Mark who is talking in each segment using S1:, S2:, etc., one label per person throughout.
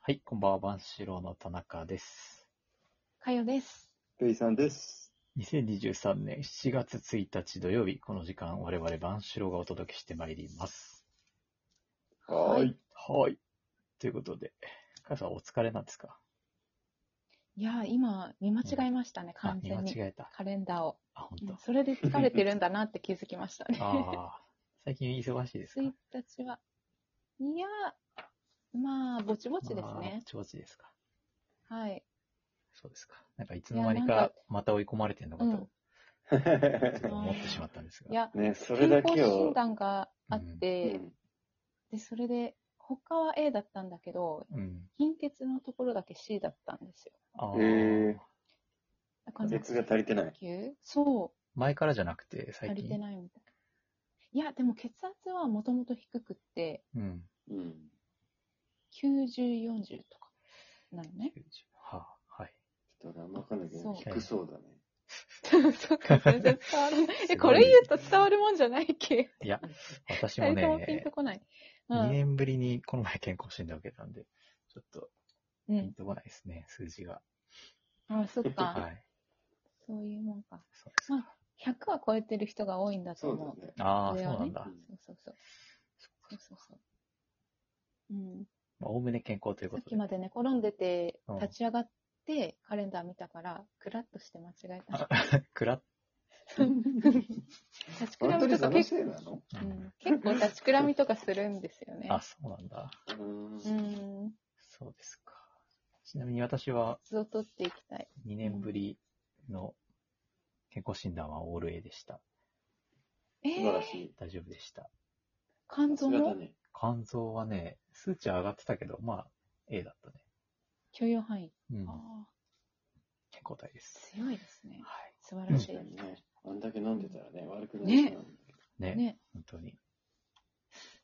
S1: はい、こんばんは、万志郎の田中です。
S2: かよです。
S3: ルイさんです。
S1: 2023年7月1日土曜日、この時間、我々万志郎がお届けしてまいります。
S2: はーい
S3: い。
S1: はい。ということで、かよさんお疲れなんですか
S2: いやー、今、見間違えましたね、
S1: あ、
S2: 完
S1: 見間
S2: 全に。
S1: 違えた。
S2: カレンダーを。
S1: あ、本
S2: それで疲れてるんだなって気づきましたね
S1: 当。。ああ、最近忙しいですか
S2: 1日は。いやー、まあ、ぼちぼちです
S1: あー
S2: ね。
S1: 調子ですか。
S2: はい。
S1: そうですか。なんかいつの間に
S2: いやな
S1: か
S2: んか
S1: また追い込まれてんのかと、
S2: うん
S1: ちょっと思ってしまったんですが。
S2: いや、
S3: ね、それ
S2: 健
S3: だ
S2: 康
S3: け
S2: 診
S3: を。
S2: 断があっ
S3: う
S2: て、
S3: ん
S2: で、それで、他は A だったんだけど、
S1: うん。
S2: 貧血のところだけ C だったんですよ。
S1: ああ、
S3: へえ
S2: だから
S3: 熱が足りてない
S2: い。そ
S1: 前からじゃなくて、
S2: う、
S1: 最
S2: 足
S1: 近。
S2: りてないみたい。いや、でも血圧はもともと低くって、
S1: うん。
S3: うん。
S2: 90、40とかなのね。
S1: はあ、はい。
S3: ちょっとあんまわかんないけど、
S2: そう
S3: 低そうだね。
S2: そっか、全然伝わらない。
S1: すごい
S2: え、これ言うと伝わるもんじゃないっけ
S1: いや、私
S2: 二
S1: も
S2: 人ともピン
S1: ね
S2: と、こない。う
S1: 2
S2: ん。
S1: 年ぶりにこの前健康診断を受けたんで、ちょっと
S2: う
S1: ピン
S2: ん、
S1: とこないですね、数字が。
S2: あ、そっ
S1: は
S2: か。
S1: い。
S2: そういうもんか。
S1: そうです
S2: まあ、100は超えてる人が多いんだと
S3: そう
S2: 思う。
S3: だね。
S1: ああ、
S2: こ
S1: そう
S2: れはね
S1: なんだ。
S2: そうそうそう。そうそうそう。うん。
S1: まあ、おおむね健康というこ
S2: さっ
S1: と
S2: き
S1: で。
S2: までね、転んでて
S1: うん、
S2: 立ち上がって、カレンダー見たから、くらっとして間違えた。
S1: くらっ、
S2: 立ちくら
S3: 本当
S2: みと
S3: にそ
S2: か
S3: の
S2: 結
S3: せいなの
S1: う
S2: 構、うんん、結構立ちくらみとかするんですよね。
S1: あ、そうなんだ。
S3: うーん
S2: う。ん。
S1: そうですか。ちなみに私は
S2: 図を取っていきたい。
S1: 2年ぶりの健康診断はオール A でした。
S2: え
S3: 素晴
S2: ー
S3: ら、しい。
S1: 大丈夫でした。
S2: 肝臓
S3: 姿
S2: も
S3: ね。
S1: 肝臓はね、数値は上がってたけど、まあ、A だったね。
S2: 許容範囲。
S1: うん
S2: あ。あ、
S1: 健康体です。
S2: 強いですね。
S1: はい。
S2: 素晴らし
S3: 確かに
S2: い。
S3: ね。あんだけ飲んでたらね、悪くなりそうなんだけ
S1: ね。
S2: ね。
S1: 本当に。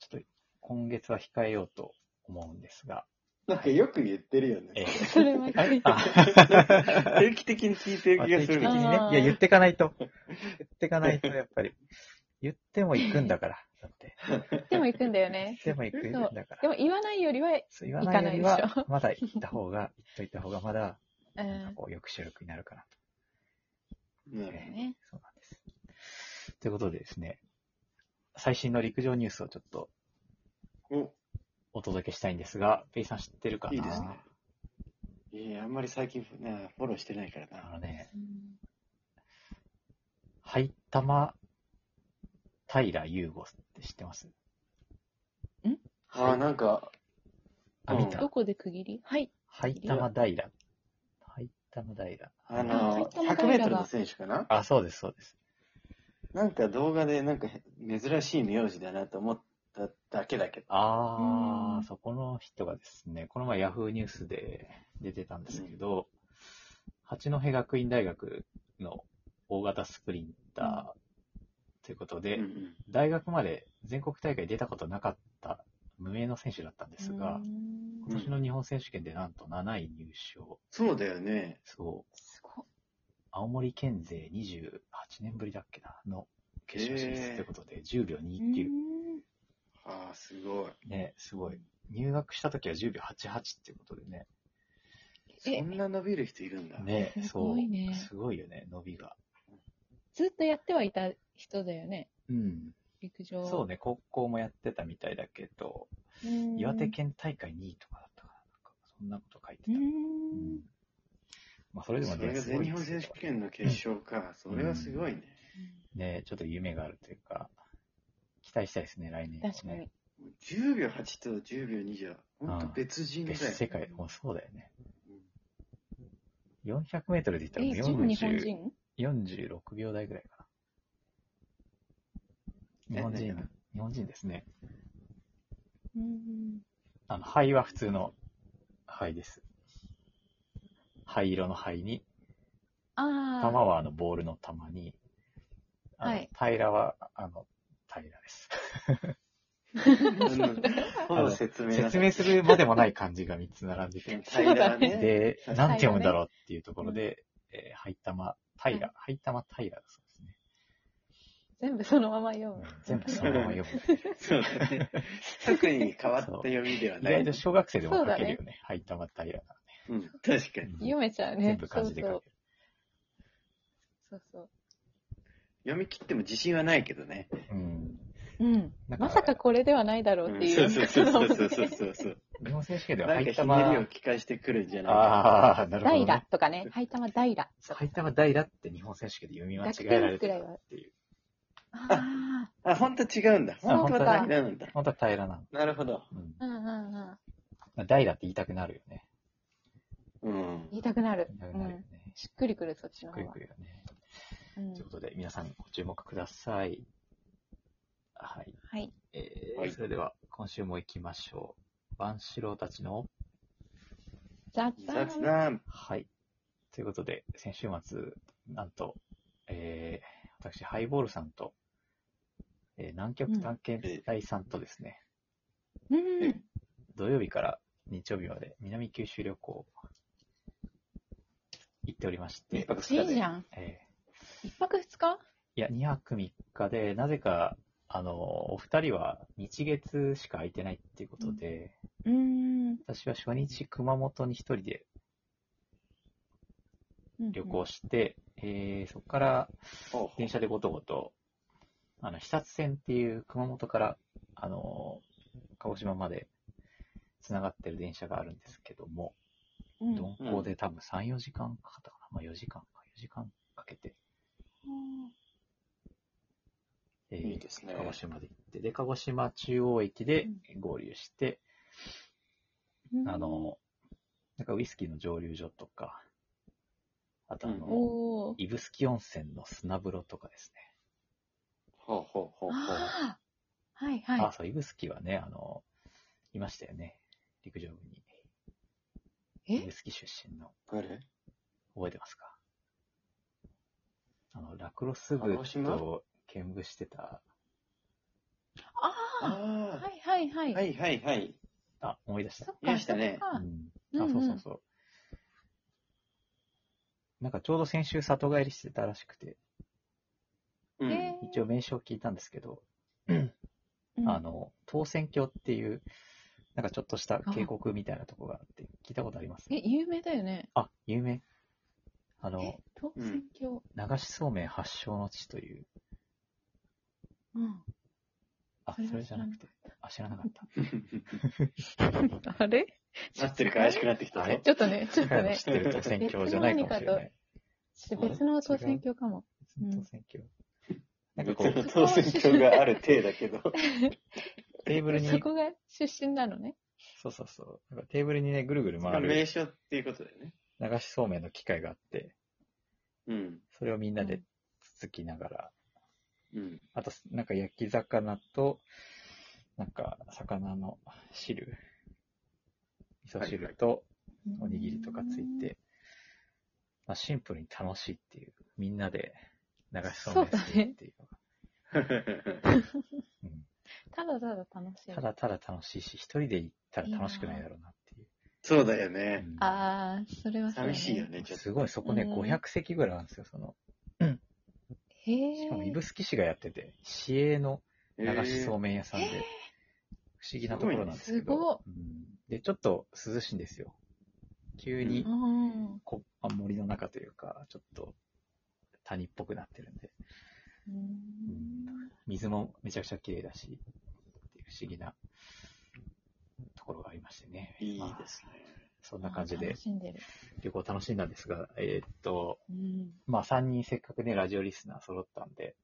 S1: ちょっと、今月は控えようと思うんですが。
S3: どなんかよく言ってるよ
S1: え
S3: ね。
S1: ー
S2: それは
S1: あれ あ、
S3: 定期的に聞いてる
S1: まあ
S3: 気が
S1: 定期
S3: す
S1: 的
S3: る
S1: にね。い
S3: の。
S1: や
S2: あー、
S1: 言ってかないと。言ってかないと、やっぱり。言っても行くんだから。だって。
S2: でも行くんだよね
S1: 言っ。ても行くんだか
S2: で
S1: ら。
S2: も言わないよりは、
S1: そう言わないよりは
S2: 行かないでし、
S1: まだ行った方が、行っといた方がまだ、
S2: う
S1: なんか
S2: ん。
S1: こう、抑止力になるかなと。
S3: なる
S1: えー
S2: ね
S1: そうなんです。ということでですね、最新の陸上ニュースをちょっと
S3: ほ
S1: お届けしたいんですが、ペイさん知ってるか
S3: ど。
S1: な
S3: お、いいですね。いや、あんまり最近ね、フォローしてないから
S1: あ
S3: な。
S1: のね、はいたま、平優吾って知ってます
S3: あー、なんか、
S1: あ、見
S3: うん
S1: た
S2: ど。こで区切りはい。
S1: はいたま平。はいたま平。
S3: あ
S2: あ
S3: の、
S2: 埼玉
S3: 100
S2: 平
S3: メ
S2: が
S3: ートルの選手かな
S1: あ、そうです、そうです。
S3: なんか動画でなんか珍しい名字だなと思っただけだけど。
S1: あ
S2: うん
S1: ー、そこの人がですね、この前ヤフーニュースで出てたんですけど、八戸学院大学の大型スプリンターということで、
S3: うん
S1: 大学まで全国大会出たことなかった無名の選手だったんですが、
S2: うん
S1: 今年の日本選手権でなんと7位入賞。
S3: そうだよね。
S1: そう。
S2: すごい。
S1: 青森県勢28年ぶりだっけな、の決勝進
S3: へ
S1: 出
S3: ー
S1: ということで、10秒29。
S2: うん
S3: ああ、すごい。
S1: ね、すごい。入学した時は10秒88っていうことでね。
S2: え
S3: そんな伸びる人いるんだ。
S1: ね、
S2: す
S1: そ
S2: ごいね
S1: う。すごいよね、伸びが。
S2: ずっとやってはいた人だよね。
S1: うん。
S2: 陸上。
S1: そうね、高校もやってたみたいだけど、
S2: うん。
S1: 岩手県大会2位とかだったかな。なんかそんなこと書いてた。
S2: う
S1: うん
S2: ん。
S1: まあ、それでも
S3: それ
S1: ね、
S3: が
S1: すご
S3: 全
S1: い
S3: 日本選手権の決勝か。それはすごいね。
S1: ね、ちょっと夢があるというか、期待したいですね、来年、ね。
S2: 確かに。
S3: もう10秒8と10秒2じゃ、ほんと別人だよ
S1: 別世
S3: ね。
S1: 界、もうそうだよね。
S3: うん
S1: 400メートルで
S2: え、
S1: 言ったら
S2: 純日本
S1: 40、
S2: 人
S1: 46秒台ぐらいかな。日本
S3: え
S1: 人
S3: なんか、
S1: 日本人ですね。
S2: うん。
S1: あの、灰は普通の灰です。灰色の灰に、
S2: ああ。
S1: 玉はあのボールの玉に、あの
S2: はい
S1: 平は、あの、平です。
S3: ほぼ説明
S1: 説明するまでもない漢字が3つ並んでて、
S3: 平らね。
S1: で、なんて読むんだろうっていうところで、えー、灰玉、平、灰玉平だそうですね。
S2: 全部そのまま読
S1: うん
S2: む。
S1: 全部そのまま読む。
S3: そうだね。特に変わった読みでは
S1: 意
S3: ない。
S1: 外と小学生でも書
S2: そうだ
S1: け
S2: ね
S1: るよね。はいたまったいらが
S3: うん、確か
S1: ね
S3: に。。
S2: 読めちゃうね。
S1: 全部漢字で書け
S2: そ
S1: る
S2: う。そう。そう
S3: 読み切っても自信はないけどね。
S1: うん。
S2: そう。うん。
S1: なん
S2: まさかこれではないだろう
S3: う
S2: っ
S3: ん
S2: てい
S3: そう
S2: う。
S3: そう そうそうそうそうそう。
S1: 日本選手権では
S3: なん
S1: は
S3: か
S1: い
S3: ひ
S1: た
S3: ねり
S1: ま、
S3: を聞かしてくるんじゃないか。
S1: ああ、なるほ
S2: ダ
S1: ど、
S2: イラ
S1: ね。
S2: とかね。はいたまダイラ。
S1: はイタマダイラって日本選手権で読み間違えられてたっていう。
S2: あ
S3: あ、本当違うんだ。
S1: あ
S3: 本当は
S2: 本当だ
S3: 平なんだ。
S1: 本当は平らなの。
S3: なるほど。
S1: うん
S2: あ。うんうんうん。
S1: まあ。ダイラって言いたくなるよね。
S3: うん。
S2: 言いたくなる
S1: 言い。たく
S2: う
S1: なるよ
S2: ん
S1: ね。。
S2: しっくりくる、そっちの
S1: く
S2: 方
S1: る
S2: が
S1: く。るよね。
S2: うん
S1: ということで、皆さんご注目ください。はい。
S2: はい。
S1: えー
S3: はい
S1: それでは、今週も行きましょう。万四郎たちの、
S2: 雑談
S3: 雑談。
S1: はい。ということで、先週末、なんと、えー、私、ハイボールさんと、えー南極探検隊さんとですね、
S2: うん。
S1: 土曜日から日曜日まで南九州旅行、行っておりまし
S3: 一
S1: て、
S3: 泊二
S2: い
S3: 日
S2: い
S3: で
S2: じゃん。
S1: えー
S2: 一泊二日
S1: いや、2泊3日で、なぜか、あの、お二人は日月しか空いてないっていうことで、
S2: うーん。
S1: 私は初日熊本に一人で旅行して、えーそこから
S3: ほう
S1: 電車でごとごと、あの、久津線っていう熊本から、あのー鹿児島まで繋がってる電車があるんですけども、
S2: うん。うん
S1: 鈍行で多分3、4時間かかったかな。まあ4時間か、4時間かけて、えー
S3: いいですね
S1: 鹿児島で行って、で、鹿児島中央駅で合流して、
S2: うん
S1: あの、なんかウイスキーの蒸留所とか、あとあの、
S3: うん
S2: おー。
S1: 指宿温泉の砂風呂とかです
S3: ほうほうほうほう。
S2: ああ。はい
S1: ね。
S2: は
S1: あ、そう、指宿はね、あの、いましたよね。陸上部に。
S2: い。え
S1: 指宿出身の、
S3: 誰
S1: 覚えてますかあの、ラクロス
S3: 鹿
S1: 部
S3: 児島
S1: と兼部してた、
S2: ああ。
S3: あ
S2: はいはいはい。
S3: あ。はいはいはい。
S1: あ、思い出した
S2: そ。っ
S3: いま
S2: か、
S3: したね
S2: そっか
S1: うん。あ、
S2: うん
S1: そううんそうそう。なんかちょうど先週里帰りしてたらしくて、
S3: うん。
S2: え
S1: 一応名称聞いたんですけど、
S2: うん
S1: あの、東仙峡っていう、なんかちょっとした渓谷みたいなとこがあって、聞いたことあります
S2: え、有名だよね。
S1: あ、有名あ
S2: え
S1: の、、
S2: 東仙橋。
S1: 流しそうめん発祥の地という、
S2: うん。
S1: あ、
S2: それは
S1: それじゃなくて、あ、知らなかった。
S2: あれ
S3: なってるか怪しくなってきた
S1: あれ
S3: ぞ。
S2: ちょっとね、ちょっと
S1: 僕ら の
S2: ね
S1: 知っ、てる東仙峡じゃないかもしれない。
S2: 別の東仙橋かも。うん
S1: 東仙峡。なんかこ
S3: 別 の
S1: う、
S3: 当選票がある体だけど。
S1: テーブルに、
S2: そこが出身なのね。
S1: そうそうそう、なんかテーブルにね、ぐるぐる回
S3: 名
S1: る
S3: 所っていうことだよね。
S1: 流しそうめんの機械があって、
S3: うん。
S1: それをみんなで
S2: うん
S1: つつきながら、
S3: うん。
S1: あと、なんか焼き魚と、なんか魚の汁、味噌汁とおにぎりとかついて、まあ、シンプルに楽しいっていう、みんなで流しそうめんするっていうのがう
S2: ただただ楽しい。
S1: ん、ただただ楽しいし、一人で行ったら楽しくないだろうなっていう。
S3: そうだよね。
S1: うん
S2: ああ、それはそうだ
S3: 寂しいよね、ちょっ
S1: すごい、そこね、
S2: うん
S1: 500席ぐらいあるんですよ、その。
S2: へえ。
S1: しかも、指宿市がやってて、市営の
S3: と。
S1: 流しそう
S3: う。
S1: めん屋さんで、
S2: えー
S1: 不思議なところなんですけ
S2: すごいね
S1: ど、うんで、ちょっと涼しいんですよ。急に
S2: う、ん。う
S1: こあ森の中というか、ちょっと谷っぽくなってるんで、
S2: ん
S1: 水もめちゃくちゃ綺麗だし、っていう不思議なところがありましてね。
S3: いい
S1: ま
S3: で
S1: あ
S3: すね。
S1: そんな感じで
S2: 楽しんでる。
S1: 旅行楽しんだんですが、えーっと、
S2: うん。
S1: まあ3人せっかくね、ラジオリスナー揃ったんで、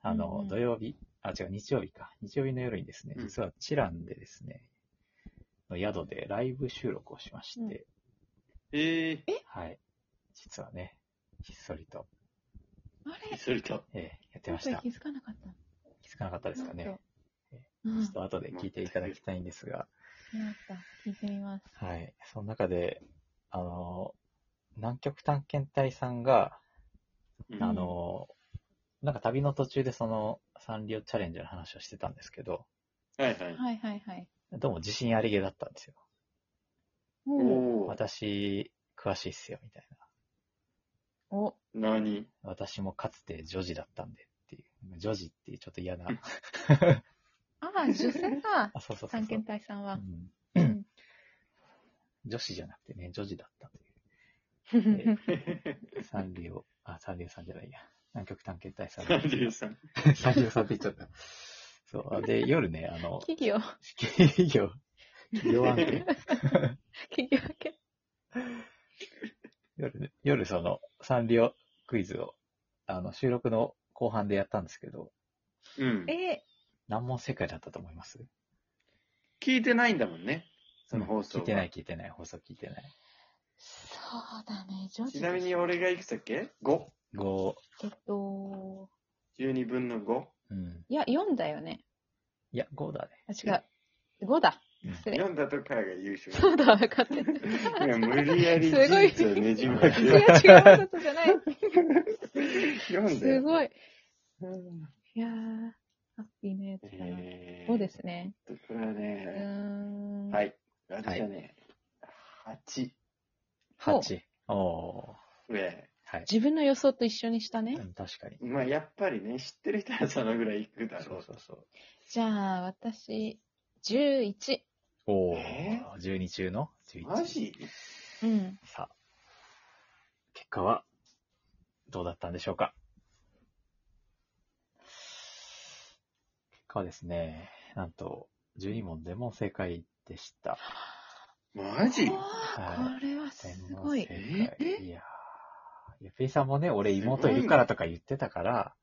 S1: あ
S2: うん
S1: の
S2: う、ん
S1: 土曜日、あ、違う、日曜日か。日曜日の夜にですね、
S3: うん
S1: 実はチランでですね、の宿でライブ収録をしまして、
S3: ええ
S1: はい。実はね、ひっそりと、
S2: あれ
S3: それと、
S1: えーやって
S2: ちょ
S1: ま
S2: っ
S1: した
S2: と。気づかなかった。
S1: 気づかなかったですかね。
S2: う
S1: ち
S2: ん。
S1: ょ
S2: よ
S1: っと後で聞いていただきたいんですが、
S2: かった。聞いてみます。
S1: はい。その中で、あの、南極探検隊さんが、
S3: うん
S1: あの、なんか旅の途中でそのサンリオチャレンジの話をしてたんですけど、
S3: はいはい。
S2: はいはいはい。
S1: どうも自信ありげだったんですよ。
S2: お
S3: おお。
S1: 私、詳しいっすよ、みたい
S2: お。
S3: 何
S1: な。私もかつて女児だったんでっていう。女児っていうちょっと嫌な。。
S2: ああ、女性 か
S1: あ、そうそうそうそう。
S2: 三検隊さんは。
S1: う
S2: うんん、
S1: 女子じゃなくてね、女児だったという。サンリオ、あ、サンリオさんじゃないや。南極探検隊さん。
S3: 三流さん。
S1: サンリオさんって言っちゃった。そう。で、夜ね、あの、
S2: 企業、
S1: 企業、企業案件。
S2: 企業系。
S1: 夜ね、夜その、サンリオクイズを、あの、収録の後半でやったんですけど、
S3: うん。
S2: え
S1: 難問正解だったと思います
S3: 聞いてないんだもんね。その放
S1: 聞
S3: 送はい
S1: てない聞いてない、放送聞いてない。
S2: そうだね、女
S3: ち
S2: 子。
S3: なみに俺がいくつだっけ ?5。
S1: 5、
S2: えっと、
S3: 12分の 5?
S1: うん。
S2: いや、4だよね。
S1: いや、5だね。
S2: あ、違う。5だ。失礼。
S3: 読んだとかが優
S2: そ
S3: 勝。
S2: うだ、分かってる。
S3: いや、無理やり
S2: すごい
S3: 事実をねじ曲
S2: 違う、
S3: げ
S2: 違
S3: る。
S2: うことじゃない。
S3: 読んだよ
S2: すごい。
S3: うん
S2: いやー、ハッピーなやつだな。
S3: えー
S2: そうですね。
S3: これは
S2: うー
S3: ね、
S2: ん。。
S3: はいい。私はね、8
S2: ほう
S1: 8。おー。
S3: 上。
S1: はい。
S2: 自分の予想と一緒にした
S1: う
S2: ね。
S1: ん確かに。
S3: まあ、やっぱりね、知ってる人はそのぐらいいくだ
S1: そ
S3: ろ
S1: う
S3: う
S1: そうそう。
S2: じゃあ、私、11。
S1: おー
S3: え、
S1: 12中の11。
S3: マジ
S2: うん。
S1: さあ、結果は、どうだったんでしょうか結果はですね、なんと、12問全問正解でした。
S3: マジ
S2: あーこれはす
S1: 全問
S2: ご
S1: 正
S2: い。
S1: 解。
S3: え
S1: いやー。ゆっぴーさんもね、俺妹いるからとか言ってたから、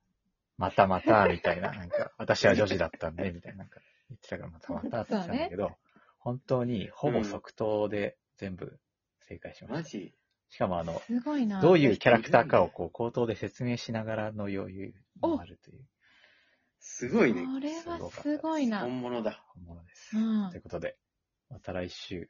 S1: またまた、みたいな、なんか、私は女子だったんで、みたいな、なんか、言ってたからまたまたって言ってたんだけど、本当にほぼ即答で全部正解しました。
S3: マジ
S1: しかもあの、
S2: すごいな。
S1: どういうキャラクターかをこう口頭で説明しながらの余裕もあるという
S3: すごいね。
S2: これはすごいな。
S3: 本物だ。
S1: 本物です。
S2: うん
S1: ということで、また来週